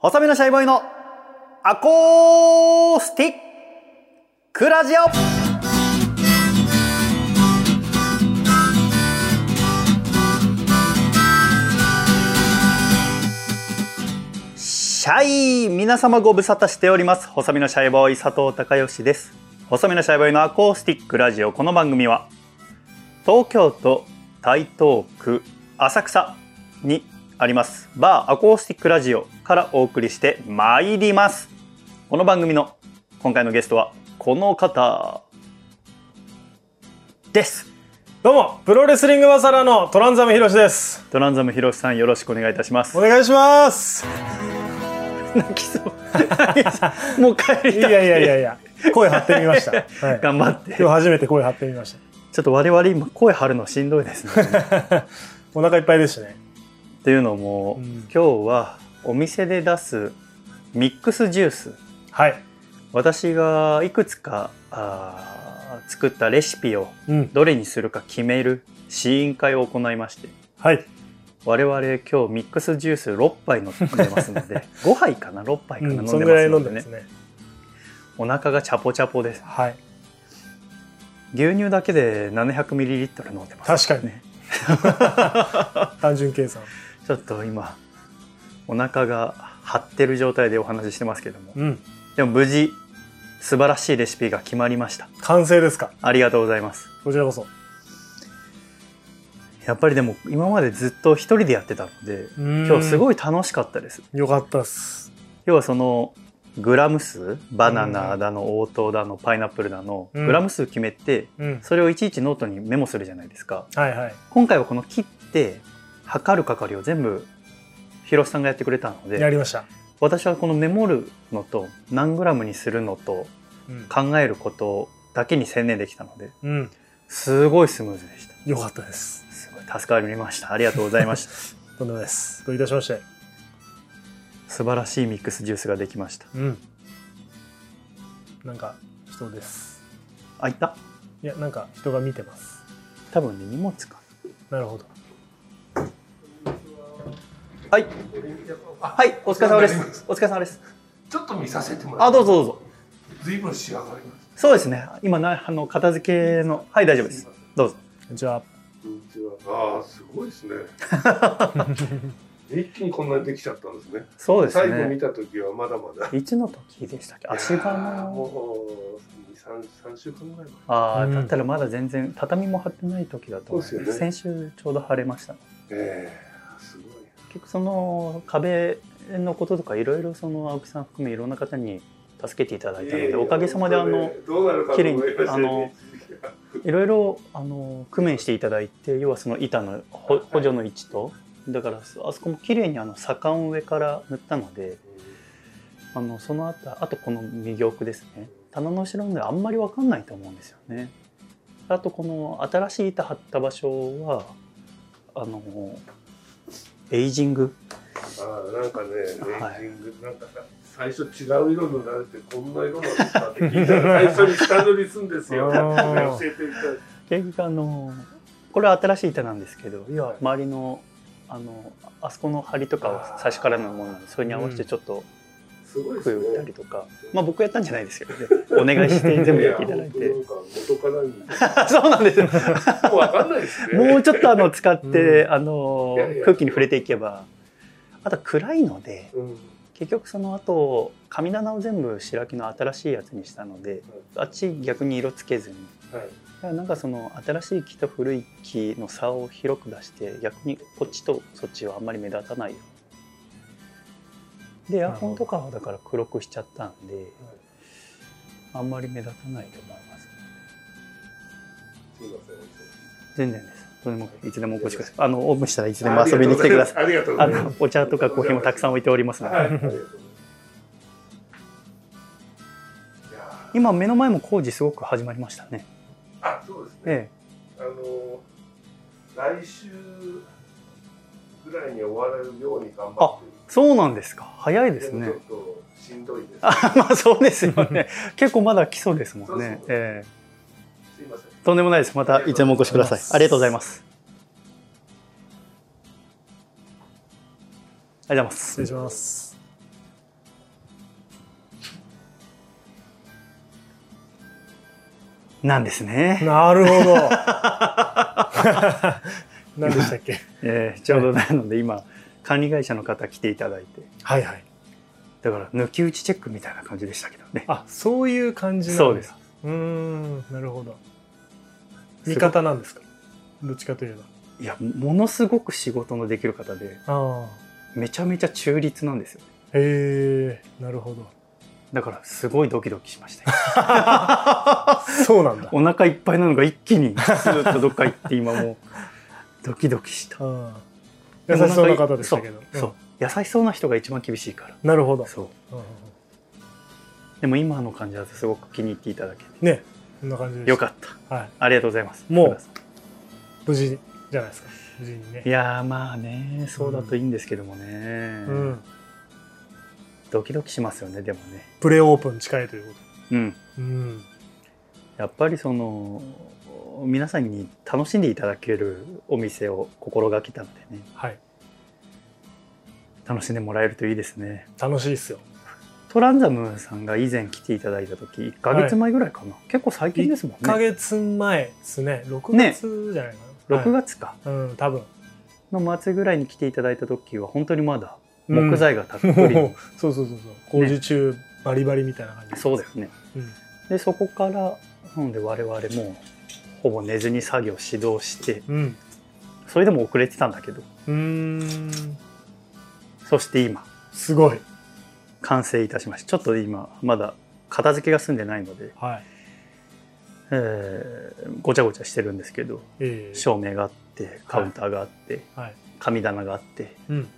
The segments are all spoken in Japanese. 細身のシャイボーイのアコースティックラジオシャイ皆様ご無沙汰しております細身のシャイボーイ佐藤孝義です細身のシャイボーイのアコースティックラジオこの番組は東京都台東区浅草にありますバーアコースティックラジオからお送りしてまいりますこの番組の今回のゲストはこの方ですどうも、プロレスリングマサラのトランザムヒロシです。トランザムひろしさんよろしくお願いいたしますお願いします。泣きそう もう帰りたくて いやいやいやいや、声張ってみ ました。はい、今頑張って日初めて声張ってみました。ちょっと我々今声張るのしんどいです ねお腹いっぱいでしたね。というのも、うん今日はお店で出すミックスジュースはい。私がいくつかあー作ったレシピをうん。どれにするか決める試飲会を行いましてはい。我々今日ミックスジュース6杯飲んでますの で5杯かな6杯かうな飲んでん、ますそのので,、ぐらいね飲んでますね。お腹がチャポチャポですはい。牛乳だけで 700ml 飲んでます確かにね。単純計算。ちょっと今お腹が張ってる状態でお話ししてますけどもうん。でも無事素晴らしいレシピが決まりました完成ですか。ありがとうございますこちらこそ。やっぱりでも今までずっと一人でやってたので今今日すごい。い楽しかったですよかったっす。要はそのグラム数バナナうんだの黄桃だのパイナップルだのうんグラム数決めてうん。それをいちいちノートにメモするじゃないですかはいはい。今回はこの切って測る係を全部広瀬さんがやってくれたのやでりました。私はこのメモるのと何グラムにするのとうん。考えることだけに専念できたのでうん。すごいスムーズでしたよかったです。すごい助かりましたありがとうござい ましたとんでもないです。どういたしまして。素晴らしいミックスジュースができましたうん。なんか、人です。あいたいや、なんか人が見てます。多分ね荷物かなるほど。はい。はい、お疲れ様です。お疲れ様です。ちょっと見させてもらあ、ってどうぞどうぞ。随分仕上がりましそうですね。今なあの片付けのはい大丈夫です。どうぞ。じゃあ、たこんにちはああすごいですね一気にこんなにできちゃったんですねそうです最後見ね。た時はまだまだいつの時でしたっけ？足場いやーの。もう三三週間ぐらい前ああ、うんだったらまだ全然畳も張ってない時だと思います。そうですよね先週ちょうど晴れました。ええすごい結局その壁のこととかいろいろその青木さん含めいろんな方に助けていただいたのいえいでえおかげさまであのどうなるかと思いまし綺た麗にねいろいろあの工面していただいて要はその板のほ補助の位置とだからあそこも綺麗にあの左官を上から塗ったのであのその後あとこの右奥ですね棚の後ろのであんまり分かんないと思うんですよねあとこの新しい板張った場所はあのエイジングああなんかねレイジはいング、なんか最初違う色になれてこんな色なんですかって聞いたら最初に下塗りすんですよあ教ーえていただいて結局あのこれは新 しい板なんですけど要は周りのあのあそこの梁とかは最初からのものなのでそれに合わせてちょっと、すごいです声を打ったねりとか、まあ僕やったんじゃないですけどね、お願いして全部やっていただいてや。本当な んか元かあそうなんですよ。らにもうわかんないですね。もうちょっとあの使って、うあのいやいや空気に触れていけば、あと暗いので、うん結局その後神棚を全部白木の新しいやつにしたので、あっち逆に色つけずに。はいだからなんかその新しい木と古い木の差を広く出して逆にこっちとそっちはあんまり目立たないようにでエアコンとかはだから黒くしちゃったんであんまり目立たないと思いますすいません全然ですとてもいつでもお越しくださいあのオープンしたらいつでも遊びに来てくださいありがとうごあざいまのお茶とかコーヒーもたくさん置いておりますす。ので、はいありがとうございますいやー今目の前も工事すごく始まりましたねあそうですね。えあの来週ぐらいに終われるように頑張ってえそうなんですか早いる。ですねもちょっとしんどいです。 あまあそうですよね結構まだ基礎ですもんそうそうねええすいません。とんでもないです。またいつでもお越しください。ありがとうございます。ありがとうございます失。礼します。なんですね。なるほど。 何でしたっけ。えーちょうどなので今、管理会社の方来ていただいて、はいはい。だから抜き打ちチェックみたいな感じでしたけどね。あ、そういう感じなんだそうです。。うーん、なるほど。すごい味方なんですか。どっちかといえば。いや、ものすごく仕事のできる方で、ああ。めちゃめちゃ中立なんですよね。へえ、なるほど。だからすごいドキドキしましたよそうなんだ。お腹いっぱいなのが一気にスーッとどっか行って今もうドキドキしたうん優しそうな方でしたけど。そうそう優しそうな人が一番厳しいからうんなるほど。そううんうんうんでも今の感じだとすごく気に入っていただけてね、こんな感じです。よかったた。はい。ありがとうございますもう福田さ無事じゃないですか。無事にねんい。やーまあねそうだといいんですけどもね、うん。ドキドキしますよねでもねプレオープン近いというこうんと。うん。やっぱりその皆さんに楽しんでいただけるお店を心がけたのでねはい。楽しんでもらえるといいですね楽しいっすよ。トランザムさんが以前来ていただいた時1か月前ぐらいかな、結構最近ですも1ヶんね月前ですね。6ね月じゃないかな。 6はい月かうん、多分。の末ぐらいに来ていただいた時は本当にまだ木材がたっぷり、 もうそうそうそうそう工事中バリバリみたいな感じ、そうだよねうんでそこからなので我々もほぼ寝ずに作業指導してうんそれでも遅れてたんだけどうーんそして今すごい完成いたしましたちょっと今まだ片付けが済んでないので、はいえーごちゃごちゃしてるんですけどええ照明があってカウンターがあって、はい神棚があってうん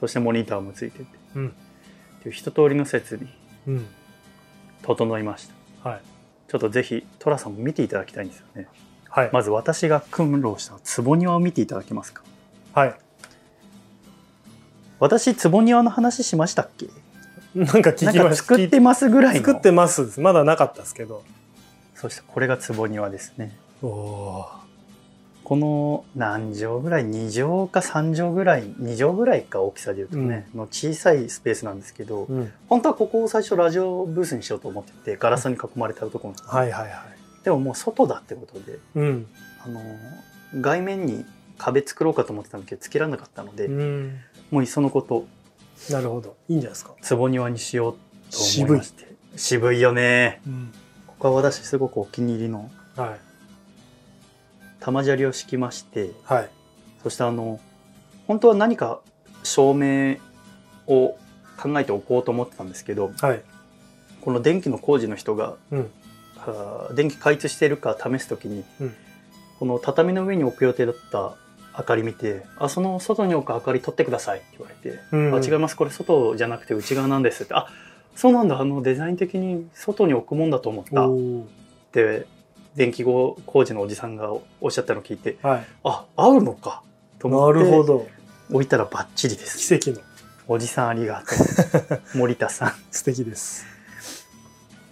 そしてモニターもついててうんっていう一通りの設備うん整いましたはいちょっとぜひ寅さんも見ていただきたいんですよねはい、まず私が訓労した坪庭を見ていただけますかはい私坪庭の話しましたっけなんか聞なんきまかした作ってますぐらいの作ってますですまだなかったですけどそしてこれが坪庭ですねおおこの何畳ぐらい2畳か3畳ぐらい2畳ぐらいか大きさでいうとね、の小さいスペースなんですけど、ー、うん、本当はここを最初ラジオブースにしようと思っててガラスに囲まれたところなんです、はいはいはいでももう外だってことでうんあの外面に壁作ろうかと思ってたんだけど作らなかったので、うんもういっそのことなるほどいいんじゃないですか坪庭にしようと思いまして渋いよねうんここは私すごくお気に入りのはい玉砂利を敷きましてはいそしてあの本当は何か照明を考えておこうと思ってたんですけどはいこの電気の工事の人がうんあー電気開通しているか試す時に、うんこの畳の上に置く予定だった明かり見て「あその外に置く明かり取ってください」って言われてうんあ違いますこれ外じゃなくて内側なんですってあそうなんだあのデザイン的に外に置くもんだと思っおたっおて電気工事のおじさんがおっしゃったのを聞いてはいあ合うのかとな思るほってど置いたらバッチリです奇跡のおじさんありが とう森田さ素敵です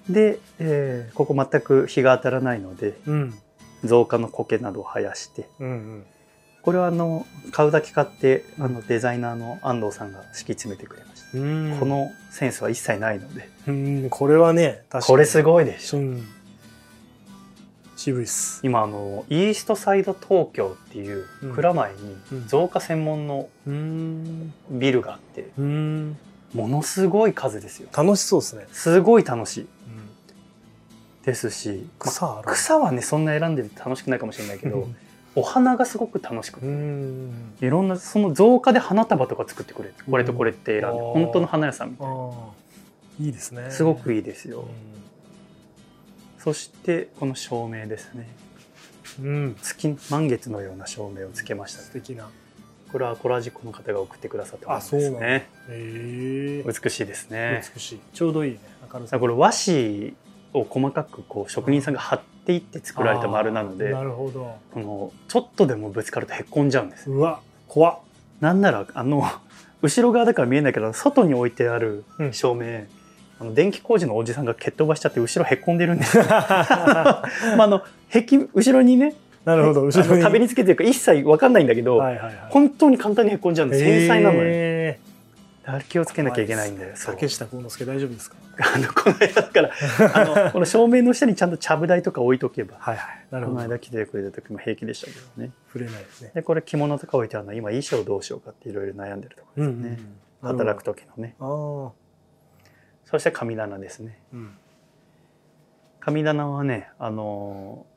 んで、えーここ全く日が当たらないのでうん造花の苔などを生やしてうんうんこれはあの買うだけ買ってあのデザイナーの安藤さんが敷き詰めてくれました、うんこのセンスは一切ないのでうんこれはね確かにこれすごいでしょうん渋いっす今あのイーストサイド東京っていううん蔵前にうん造花専門のうんビルがあってうんものすごい数ですよ楽しそうですね、すごい楽しいうん、ですし草あまるあ草はねそんな選んでて楽しくないかもしれないけどお花がすごく楽しくうてんいろんなその造花で花束とか作ってくれてこれとこれって選んでうんあー本当の花屋さんみたいああいいですねなすごくいいいいですよそしてこの照明ですねうん、うん月満月のような照明をつけました素敵なこれはアコラジコの方が送ってくださったものあですそうなんねええ美しいですね美しいちょうどいいね明るださからこれ和紙を細かくこう職人さんが貼っていって作られた丸なのあーでなるほどこのちょっとでもぶつかるとへっこんじゃうんですうわ怖っ なんならあの 後ろ側だから見えないけど外に置いてあるうん照明、あの電気工事のおじさんが蹴っ飛ばしちゃって後ろへっこんでるんですよ まああの壁後ろにねなるほどあ後ろのに壁につけてるから一切わかんないんだけど、はいはいはい本当に簡単にへっこんじゃうんです繊細なのよ、えあれ気をつけなきゃいけないんだよ。そう竹下幸之助大丈夫ですかあのこの間だからあのこの照明の下にちゃんとちゃぶ台とか置いとけばはいはいなこるほのど間来てくれた時も平気でしたけどね触れないですねでこれ着物とか置いてあるの今衣装どうしようかっていろいろ悩んでるところですね、働くと時のねああそして神棚ですねうん神棚はねあのー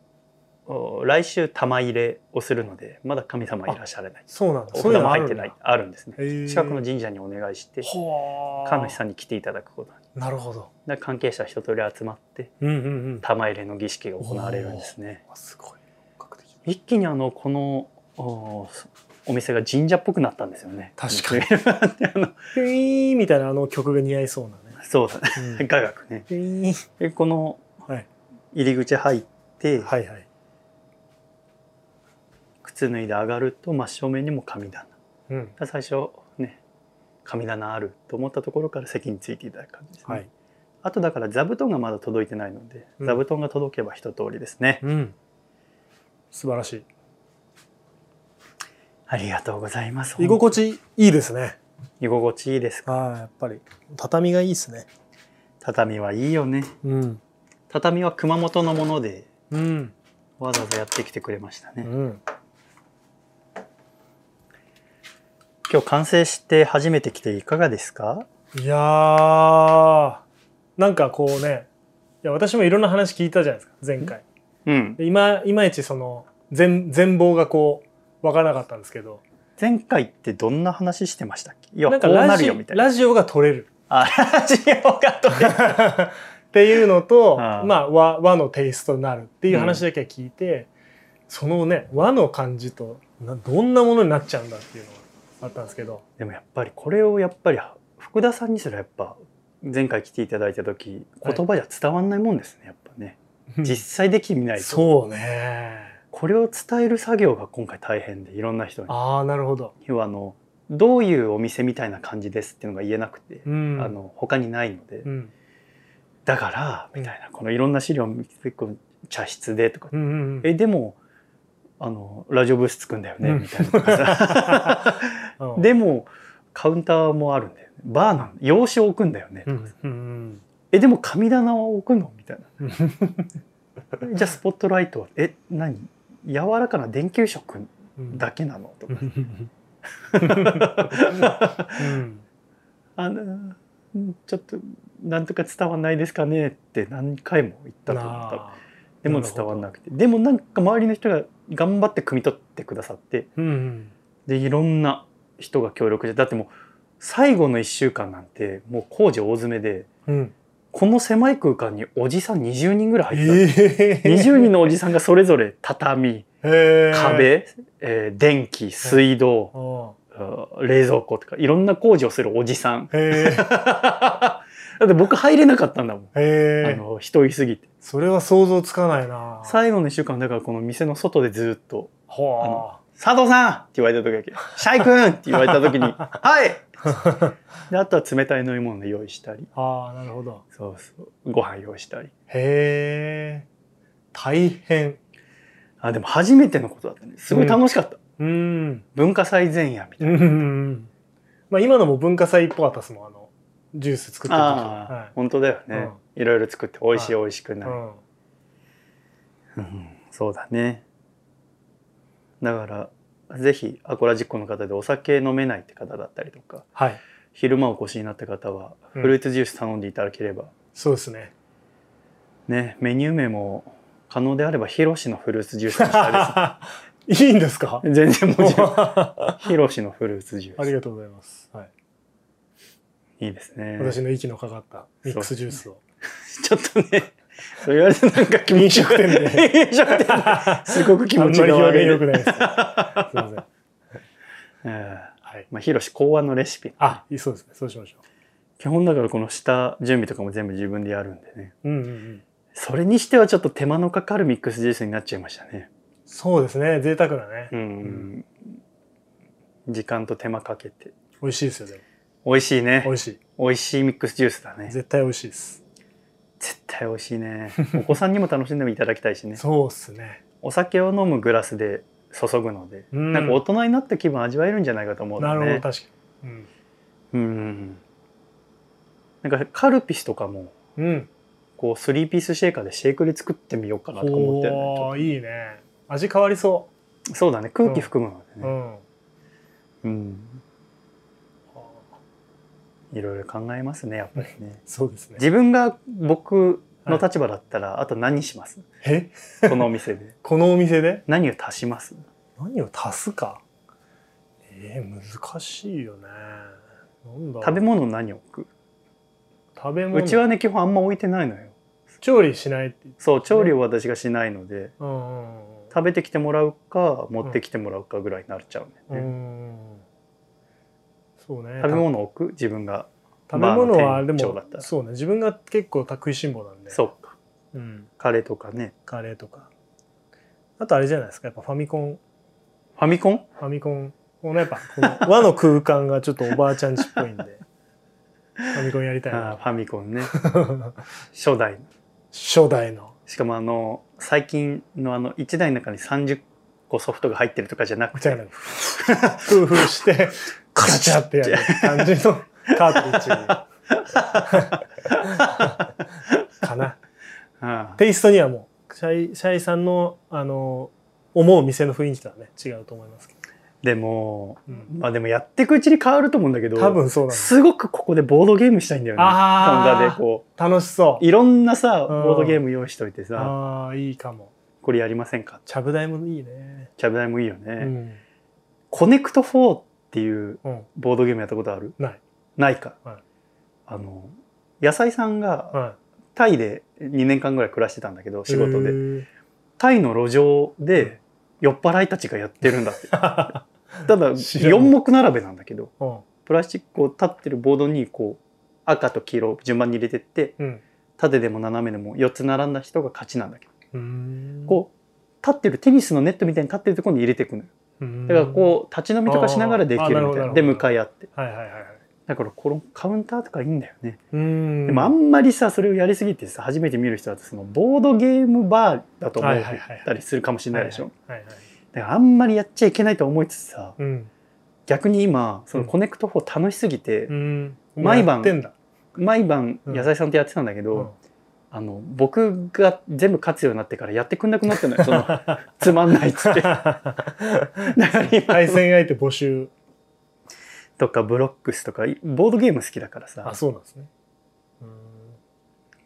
お来週玉入れをするのでまだ神様はいらっしゃらないそうなんだおそ札ういうのももあ入るっんてだないあるんですねへえ近くの神社にお願いしてほー神主さんに来ていただくことになるほどで関係者一通り集まってうんうんうん玉入れの儀式が行われるんですねあすごい本格的一気にあのこのおお店が神社っぽくなったんですよね確かにあのピュイーンみたいなあの曲が似合いそうな ねそうだねうん雅楽ねピュイーでこのはい入り口入って、ンはいはい靴脱いで上がると真正面にも神棚うん最初ね神棚あると思ったところから席についていただく感じですね、はいあとだから座布団がまだ届いてないので、うん座布団が届けば一通りですね、うん素晴らしいありがとうございます居心地いいですね居心地いいですかああやっぱり畳がいいですね畳はいいよねうん畳は熊本のものでうんわざわざやってきてくれましたね、うん今日完成して初めて来ていかがですかいやーなんかこうねいや私もいろんな話聞いたじゃないですか前回うんで今いまいちその全全貌がこう分からなかったんですけど前回ってどんな話してましたっけいやなんこかうなラるジよオみたいなラジオが取れるあラジオが取れっていうの とああまあ和和のテイストになるっていう話だけは聞いて、そのね和の感じとなどんなものになっちゃうんだっていうのがあったんですけどでもやっぱりこれをやっぱり福田さんにすらやっぱ前回来ていただいた時はい言葉じゃ伝わんないもんですねやっぱね実際できみないとそうねこれを伝える作業が今回大変でいろんな人にああなるほど、要はあのどういうお店みたいな感じですっていうのが言えなくて、うん、あの他にないので、うんだからみたいなこのいろんな資料を見てこう茶室でとか、うんうんうんえでもあのラジオブースつくんだよね、うんみたいなとか さうんでもカウンターもあるんだよねバーなの洋酒を置くんだよね、うんうんえでも神棚を置くのみたいうんなじゃあスポットライトはえ何柔らかな電球色うんだけなのとうかん うんあのうんちょっとなんとか伝わんないですかねって何回も言ったと思なったあでも伝わんなくてでもなんか周りの人が頑張って汲み取ってくださってうんうんでいろんな人が協力してだってもう最後の1週間なんてもう工事大詰めでうんこの狭い空間におじさん20人ぐらい入ってたの、ええ20人のおじさんがそれぞれ畳へえ壁、えー電気水道、うんあー冷蔵庫とかいろんな工事をするおじさん へえだって僕入れなかったんだもん、へあえの人いすぎてそれは想像つかないな最後の1週間だからこの店の外でずっとほ「佐藤さん!」って言われた時だけ「シャイ君!」って言われた 時に「はい!」であとは冷たい飲み物の用意したりあああなるほどそうそうご飯用意したりへえ大変あでも初めてのことだったねすごい楽しかった、うん文化祭前夜みたいなうんうんうんまあ今のも文化祭っぽかったですもんあのジュース作ってる時ああ、は本当だよね、いろいろ作って美味しいは美味しくいない、うんうんそうだねだからぜひアコラジッコの方でお酒飲めないって方だったりとかはい昼間お越しになった方はフうんルーツジュース頼んでいただければ、そうですねねメニュー名も可能であればヒロシのフルーツジュースにしたいで いいんですかす全然もちろん あヒロシのフルーツジュりーがとうございます、はいスいいですね私の息のかかったミックスジュースを、ちょっとねそう言われてなんか気持ちよくて飲食店飲食店ですご く気あ持んちまりが表悪い現ね、良くないですすいませんうんはいまあヒロシ考案のレシピあいいそうですねそうしましょ基本だからこの下準備とかも全部自分でやるんでねううんうんうんそれにしてはちょっと手間のかかるミックスジュースになっちゃいましたねそうですね贅沢だね、うん、時間と手間かけて美味しいですよでも美味しいね美味しい美味しいミックスジュースだね絶対美味しいです絶対美味しいねお子さんにも楽しんでもいただきたいしねそうっすねお酒を飲むグラスで注ぐので、うんなんか大人になった気分味わえるんじゃないかと思うのなで、ね、るほど確かに、うん、うんなんかカルピスとかもうんこうスリーピースシェイカーでシェイクで作ってみようかなとか思ってるねちょおーいいね味変わりそっとそうだね空気含むのう、でね、うんうんいろいろ考えますねやっぱりねそうですね自分が僕の立場だったら、あと何し ますえこのお店でこのお店で何を足します何を足すかえー、難しいよねなんだろう食べ物何を置く食べ物うちはね基本あんま置いてないのよ調理しないって言ってそう調理を私がしないのでうんうんうん食べてきてもらうか持ってきてもらうかぐらいになっちゃううね、んそうね食べ物を置く自分が食べ物バはーので店長だもったらそうね自分が結構食いしん坊なんでそうかう、ん、カレーとかねカレーとかあとあれじゃないですかやっぱファミコンファミコンファミコンこのやっぱこの和の空間がちょっとおばあちゃんちっぽいんで ファミコンやりたいあーなファミコンね初代 初代のしかもあの最近のあの1台の中に30個ソフトが入ってるとかじゃなくじゃあてねフーフーしてカチャってやる感じのカートリッジかなあーテイストにはもうシャイシャイさんのあの思う店の雰囲気とはね違うと思いますけでもど、うんまあでもやっていくうちに変わると思うんだけど多分そうなんですすごくここでボードゲームしたいんだよねあー神田でこう楽しそういろんなさうんボードゲーム用意しといてさああいいかもこれやりませんかちゃぶ台もいいねキャブ台もいいよね、うん、コネクト4っていううん、ボードゲームやったことあるないないか、はいあの野菜さんがはタイで2年間ぐらい暮らしてたんだけどい仕事へでータイの路上で酔っ払いたちがやってるんだ ってただ知らん4目並べなんだけどうんプラスチックを立ってるボードにこう赤と黄色を順番に入れてってうん縦でも斜めでも4つ並んだ人が勝ちなんだけど、うんこう立ってるテニスのネットみたいに立ってるところに入れていくのようんだからこう立ち飲みとかしながらできるあーあーなるみほどたないるなほでど向かい合ってはいはいはいはいだからこのカウンターとかいいんだよね、うんでもあんまりさそれをやりすぎてさ初めて見る人だとそのボードゲームバーだと思はっいはいはいはいたりするかもしれないでしょ、はいはいはいだからあんまりやっちゃいけないと思いつつさうん逆に今そのうんコネクト4楽しすぎてう、ん毎晩やってんだ毎晩うん野菜さんとやってたんだけど、うんあの僕が全部勝つようになってからやってくんなくなってないそのつまんないっつってだから 対今戦相手募集とかブロックスとかボードゲーム好きだからさあそうなんですねう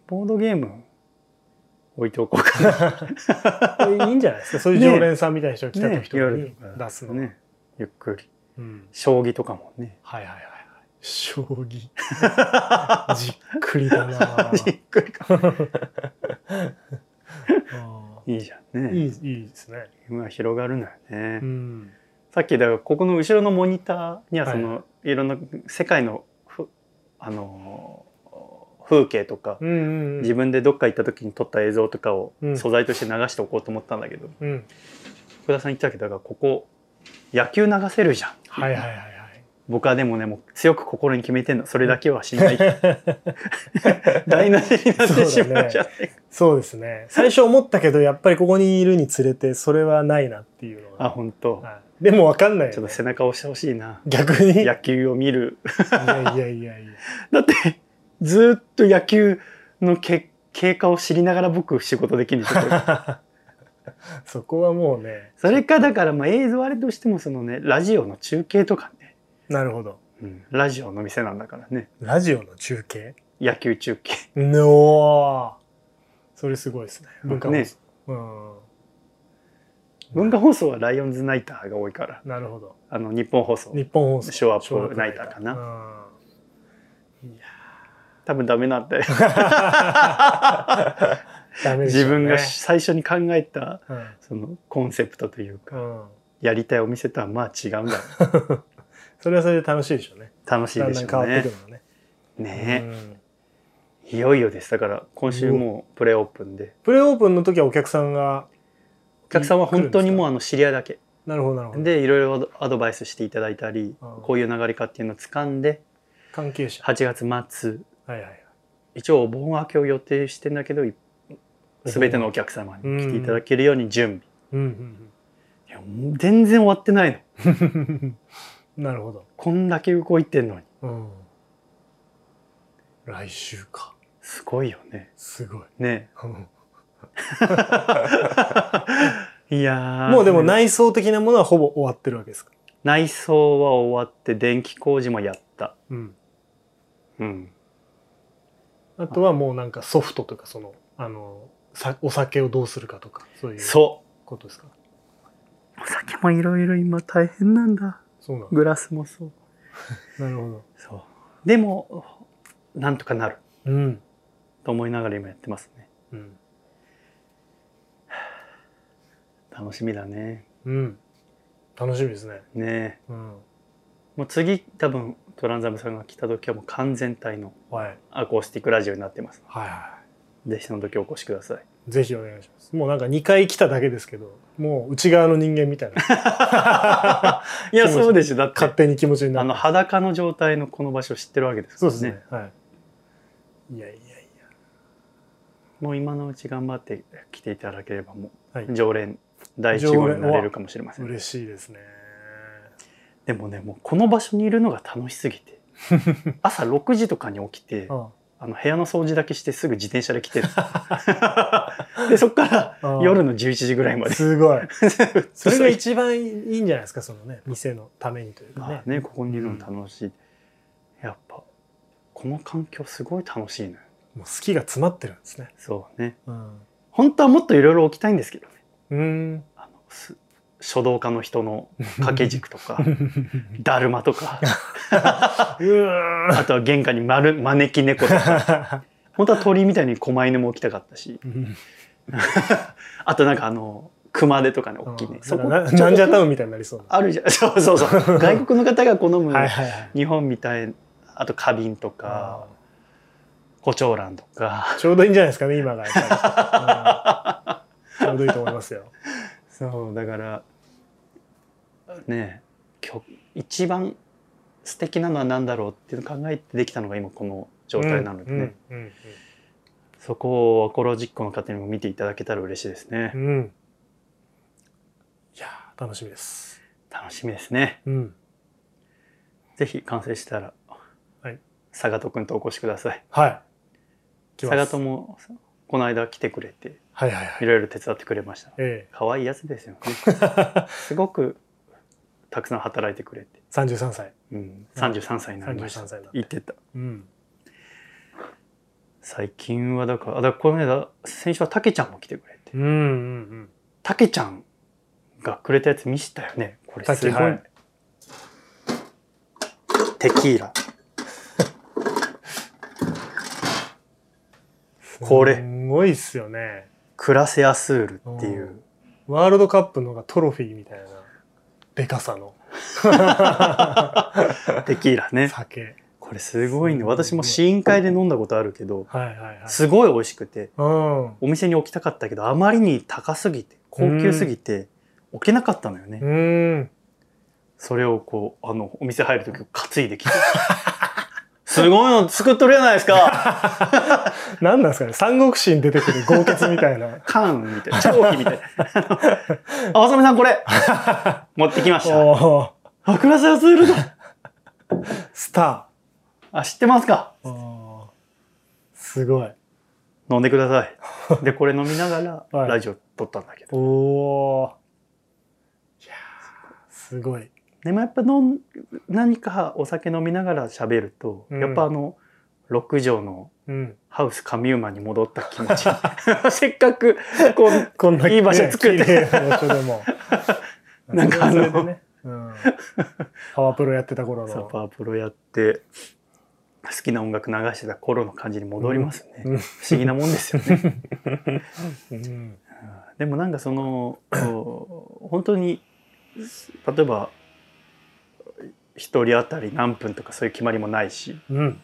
ボードゲーム置いておこうかなーんいいんじゃない ですかそういう常連さんみたいな人が来たね時とかに出すの、ねゆっくりうん、将棋とかもねはいはいはいはい将 棋じっくりだ な じっくりかあいいじゃんーいねいいいですね夢は広がるのよね、うんさっきだからここの後ろのモニターにははそいの、い、ろんな世界のふあのー風景とか、うんうんうん自分でどっか行った時に撮った映像とかをうん素材として流しておこうと思ったんだけど、うん福田さん言ってたけどだからここ野球流せるじゃん、はいはいはいはい僕はでもねもう強く心に決めてんのそれだけはしない 台無しになってしまうじゃん、そうですね最初思ったけどやっぱりここにいるにつれてそれはないなっていうのあが、本当、はい、でもわかんないちょよ、っねと、背中押してほしいな逆にいや野球を見るいやいやいやだってずーっと野球のけ経過を知りながら僕仕事できるんです よそこはもうねそれかだからまあ映像あれとしてもそのねラジオの中継とかね、なるほどうん、ラジオの店なんだからねラジオの中継野球中継のそれすごいですね文化放送、ねうん文化放送はライオンズナイターが多いからなるほどあの日本放送日本放送ショーアップナイターかなうん多分ダメなんでダメでしょ自う分ねが最初に考えたうんそのコンセプトというかうん、やりたいお店とはまあ違 うんだそれはそれで楽しいでしょうね楽しいだんでだしんょ変うわってねくるのねねうんえいよいよですだから今週もうプレオープンでプレオープンの時はお客さんがお客さんは本当にもうあの知り合いだけなるほどなるほどでいろいろアドバイスしていただいたりうんこういう流れかっていうのを掴んで関係者8月末はいはい一応お盆明けを予定してんだけどい全てのお客様に来ていただけるように準備うんいやもう全然終わってないのうんうんなるほど、こんだけ動いてんのにうん、来週かすごいよねすごい、ねうんいやーもうでも内装的なものはほぼ終わってるわけですか、内装は終わって電気工事もやったうん、うんあとはもうなんかソフトとかそのあのさお酒をどうするかとかそういうそことですかうお酒もいろいろ今大変なんだそうなんグラスもそうなるほどそうでもなんとかなるうん、と思いながら今やってますねうん楽しみだねうん、楽しみですね、ねえうん、もう次多分トランザムさんが来た時はもう完全体のはいアコースティックラジオになってますはいはぜひその時お越しくださ いい。ぜひお願いします。もうなんか2回来ただけですけど、もう内側の人間みたいな、 いやそうでしょだって勝手に気持ちになある。の裸の状態のこの場所知ってるわけですかそうらですね。はい。いやいやいや。もう今のうち頑張って来ていただければもう、はい常連第一常号連になれるかもしれません嬉しいですね。でもねもうこの場所にいるのが楽しすぎ て朝6時とかに起きてああの部屋の掃除だけしてすぐ自転車で来 てるでそっからあ夜の11時ぐらいまです ごい。それが一番いいんじゃないですか、そのね、店のためにというかねまあ。ねここにいるの楽しい、やっぱこの環境すごい楽しいのよもう好きが詰まってるんですね。そうねうん。本当はもっといろいろ置きたいんですけどねうん。あのす書道家の人の掛け軸と かだるまとかうわあとは玄関に丸招き猫とかー本当は鳥みたいに狛犬も置きたかったしうんあとなんかあの熊手とかね大きいね、うんそこなんかちょなこなんじゃタウンみたいになりそうあるじゃん そうそう そう外国の方が好むな。はいはいはい。日本みたいあと花瓶とか胡蝶蘭とかちょうどいいんじゃないですかね、今がやっぱ り。うんちょうどいいと思いますよ。そうだからねえ今日一番素敵なのは何だろうっていうのを考えてできたのが今この状態なのでね、うん。うんそこをアコロジックの方にも見ていただけたら嬉しいですね、うんうんいやー、楽しみです。楽しみですねうん。ぜひ完成したら、はい、佐賀とくんとお越しくださいはい。来佐ま賀すともこの間来てくれてはいはいはいい。ろいろ手伝ってくれましたえ可愛いやつですよね えすごくたくさん働いてくれて、 33歳。うん、33歳になりました33歳になって言ってたうん。最近はだからあだからこの間先週はたけちゃんも来てくれてうんうんうん。たけちゃんがくれたやつ見せたよねこれさっすきごい、はいテキーラこれすんごいっすよね。クラセアスールっていうう、んワールドカップのがトロフィーみたいな、でかさのテキーラ ね酒。これすごいねすごい私も試飲会で飲んだことあるけどはいはいはい。すごい美味しくてうん。お店に置きたかったけどあまりに高すぎて高級すぎて置けなかったのよね、うん。それをこうあのお店入る時担いできて すごいの作っとるじゃないですか。なんなんですかね三国志に出てくる豪傑みたいな 缶みたいな長器みたいなあわさみさんこれ持ってきましたおーあクラスアスールだスタあ知ってますかー。おーすごい。飲んでくださいでこれ飲みながらはいラジオ撮ったんだけど、おおー。いやーすごい。でもやっぱ飲ん何かお酒飲みながら喋ると、うんやっぱあの6畳のうん。ハウス上馬に戻った気持ち せっかくこうこんな、いい場所作って。ね綺麗な場所でも なんかあのそれでねうん、パワープロやってた頃サの。パープロやって好きな音楽流してた頃の感じに戻りますね、うんうん不思議なもんですよ ねうん。でもなんかそのこう本当に例えば一人当たり何分とかそういう決まりもないし、うん。うん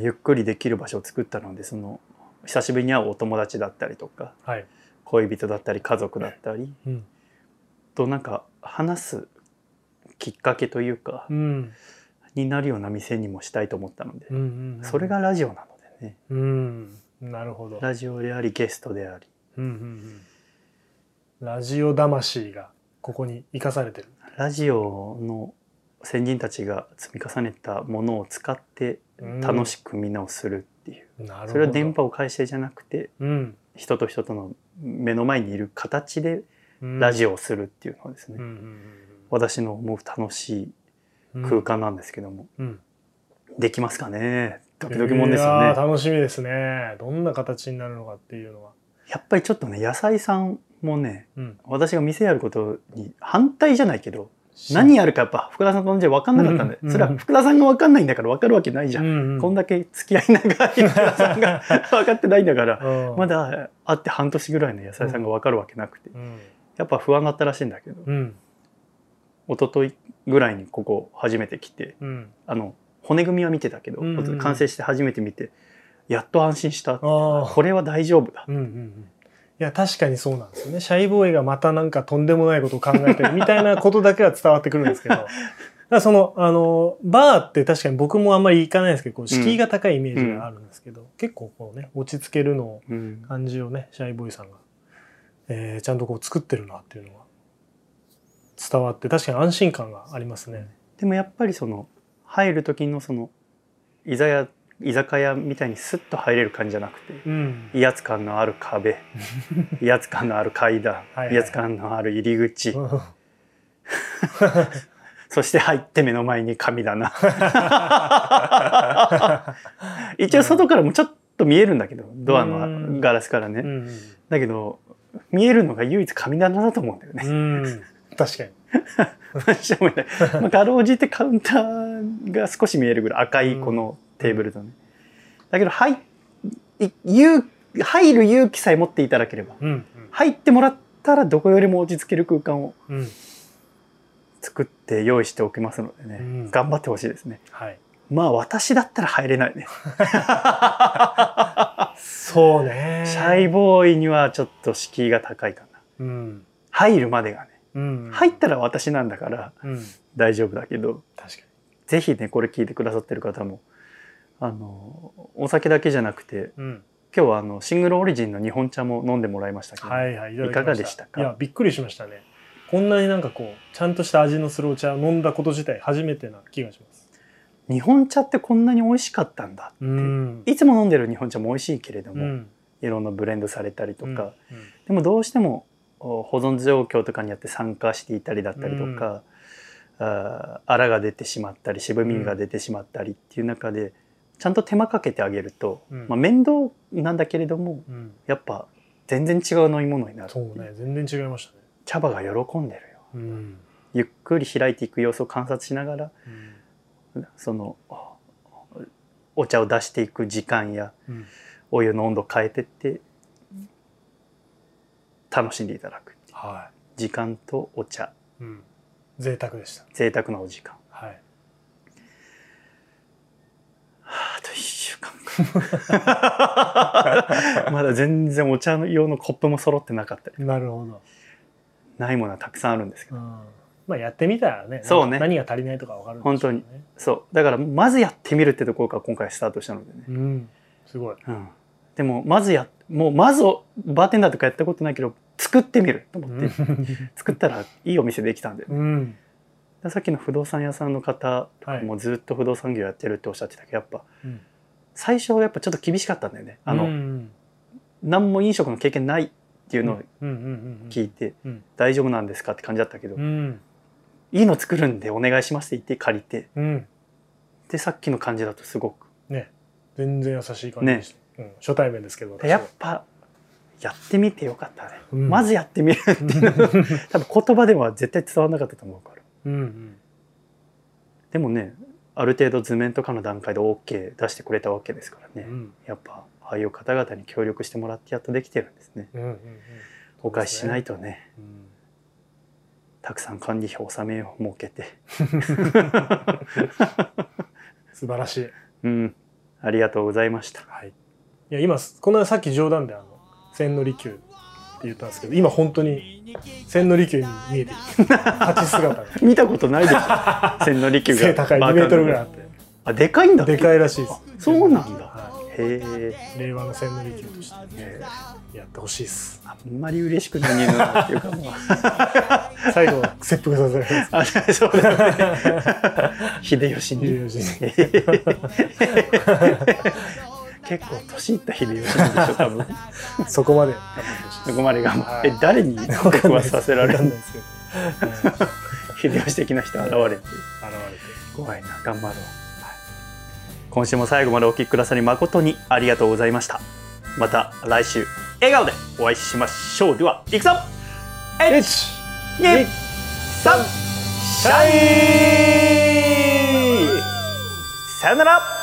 ゆっくりできる場所を作ったのでその久しぶりに会うお友達だったりとかはい。恋人だったり家族だったりうん。となんか話すきっかけというか、うん。になるような店にもしたいと思ったので、うんうん。うんそれ。がラジオなのでねうん。なるほど。ラジオでありゲストでありうんうんうん。ラジオ魂がここに生かされてる。ラジオの先人たちが積み重ねたものを使って楽しくみんなをするっていう、く、なるほどそれは電波を介してじゃなくてうん、人と人との目の前にいる形でラジオ、オをするっていうのはですね、うんうん私の思う楽しうんいうん空間なんですけども、うんできますかねドキドキもんですよいねやー楽しみですねどんな形になるのかっていうのは、やっぱりちょっとね野菜さんもねうん、私が店やることに反対じゃないけど何ややるかやっぱ福田さんと同じで分かんなかったんで、うんそれは福田さんが分かんないんだから分かるわけないじゃん、こんだけ付き合い長い福田さん が分かってないんだからまだ、だ会って半年ぐらいの野菜さんが分かるわけなくて、うんやっぱ不安だったらしいんだけどうん一昨日ぐらいにここ初めて来てうん、あの骨組みは見てたけど、うんうん完成して初めて見てやっと安心したああこれは大丈夫だうんうんうんいや確かにそうなんですよねシャイボーイがまたなんかとんでもないことを考えてるみたいなことだけは伝わってくるんです けどだからそのあのバーって確かに僕もあんまり行かないんですけどこう敷居が高いイメージがあるんですけど、結構こうね落ち着けるのをうん感じをねシャイボーイさんが、えーちゃんとこう作ってるなっていうのが伝わって確かに安心感がありますね。でもやっぱりその入る時のその居酒屋居酒屋みたいにスッと入れる感じじゃなくてうん、威圧感のある 壁威圧感のある階段はいはい威圧感のある入り口、うんそして入って目の前に神 棚一応外からもちょっと見えるんだけどドアうんのガラスからね、うんだけど見えるのが唯一神棚だと思うんだよねうん、確かに。何してもいない。 まあ、かろうじてカウンターが少し見えるぐらい赤いこのテーブルとね。だけど、入っ、い勇入る勇気さえ持っていただければ、うん入ってもらったらどこよりも落ち着ける空間をうんうん作って用意しておきますのでね、うん頑張ってほしいですね。はい、まあ私だったら入れないね。そうね。シャイボーイにはちょっと敷居が高いかな。うん入るまでがね、うん、入ったら私なんだからうん、大丈夫だけど、確かぜひねこれ聞いてくださってる方もあのお酒だけじゃなくてに、うん、今日はあのシングルオリジンの日本茶も飲んでもらいましたけど、はいはいいただきましいかがでしたかいやびっくりしましたねこんなになんかこうちゃんとした味のするお茶を飲んだこと自体初めてな気がします日本茶ってこんなに美味しかったんだって、うんいつも飲んでる日本茶も美味しいけれどうも、んいろんなブレンドされたりとか、うんでもどうしてもお保存状況とかによって酸化していたりだったりとか、あー粗が出てしまったり渋みが出てしまったりっていう中でちゃんと手間かけてあげると、うんまあ、面倒なんだけれどもうんうんやっぱ全然違う飲み物になるってそいうね全然違いましたね茶葉が喜んでるようんゆっくり開いていく様子を観察しながらうんそのおお茶を出していく時間やうんお湯の温度変えてって楽しんでいただくっていうは時間とお茶いうん贅沢でした贅沢なお時間はいあと1週間か まだ全然お茶用のコップも揃ってなかったりなるほど、ないものはたくさんあるんですけうどん、まあやってみたらねそうね何が足りないとかわかるんでしょうねそうだからまずやってみるってところから今回スタートしたのでねうんすごいうんでもまずやもうまずバーテンダーとかやったことないけど作ってみると思 って、作ったらいいお店できたんで,で、うんさっきの不動産屋さんの方はいもうずっと不動産業やってるっておっしゃってたけどやっぱ、うん最初はやっぱちょっと厳しかったんだよねあの、うん何も飲食の経験ないっていうのをうんうんうんうん聞いて、うん大丈夫なんですかって感じだったけど、うんいいの作るんでお願いしますって言って借りてうんでさっきの感じだとすごく全然優しい感じでした、うん、初対面ですけどでやっぱやってみてよかったね、うんまずやってみる っていうのが多分言葉では絶対伝わらなかったと思うからうんうんでもねある程度図面とかの段階で OK 出してくれたわけですからね、うんやっぱああいう方々に協力してもらってやっとできてるんですねうんうんお返ししないとねうんたくさん管理費納めを設けて素晴らしい,、うんありがとうございましたはい、いや今このさっき冗談であの千利休って言ったんですけど今本当に千利休に見えてる立ち姿が見たことないで しょ千利休が背高いバカ2メなートルぐらいあってあでかいんだっけでかいらしいですそうなんだはへへえ令和の千利休としてやってほしいですあんまり嬉しくないねなっていうかま最後切腹させられますああそうだね秀吉 に 秀吉にへへ結構年いった秀吉なんでしょ多分そこまで頑張ってほしいそこまで頑張っはいて誰に わかん僕ないはですさせられわかんるないです けど、うん秀現れて吉的な人現れて怖いな頑張ろう、はい今週も最後までお聞きくださり誠にありがとうございましたまた来週笑顔でお会いしましょうではいくぞ1 2 3シャイさよなら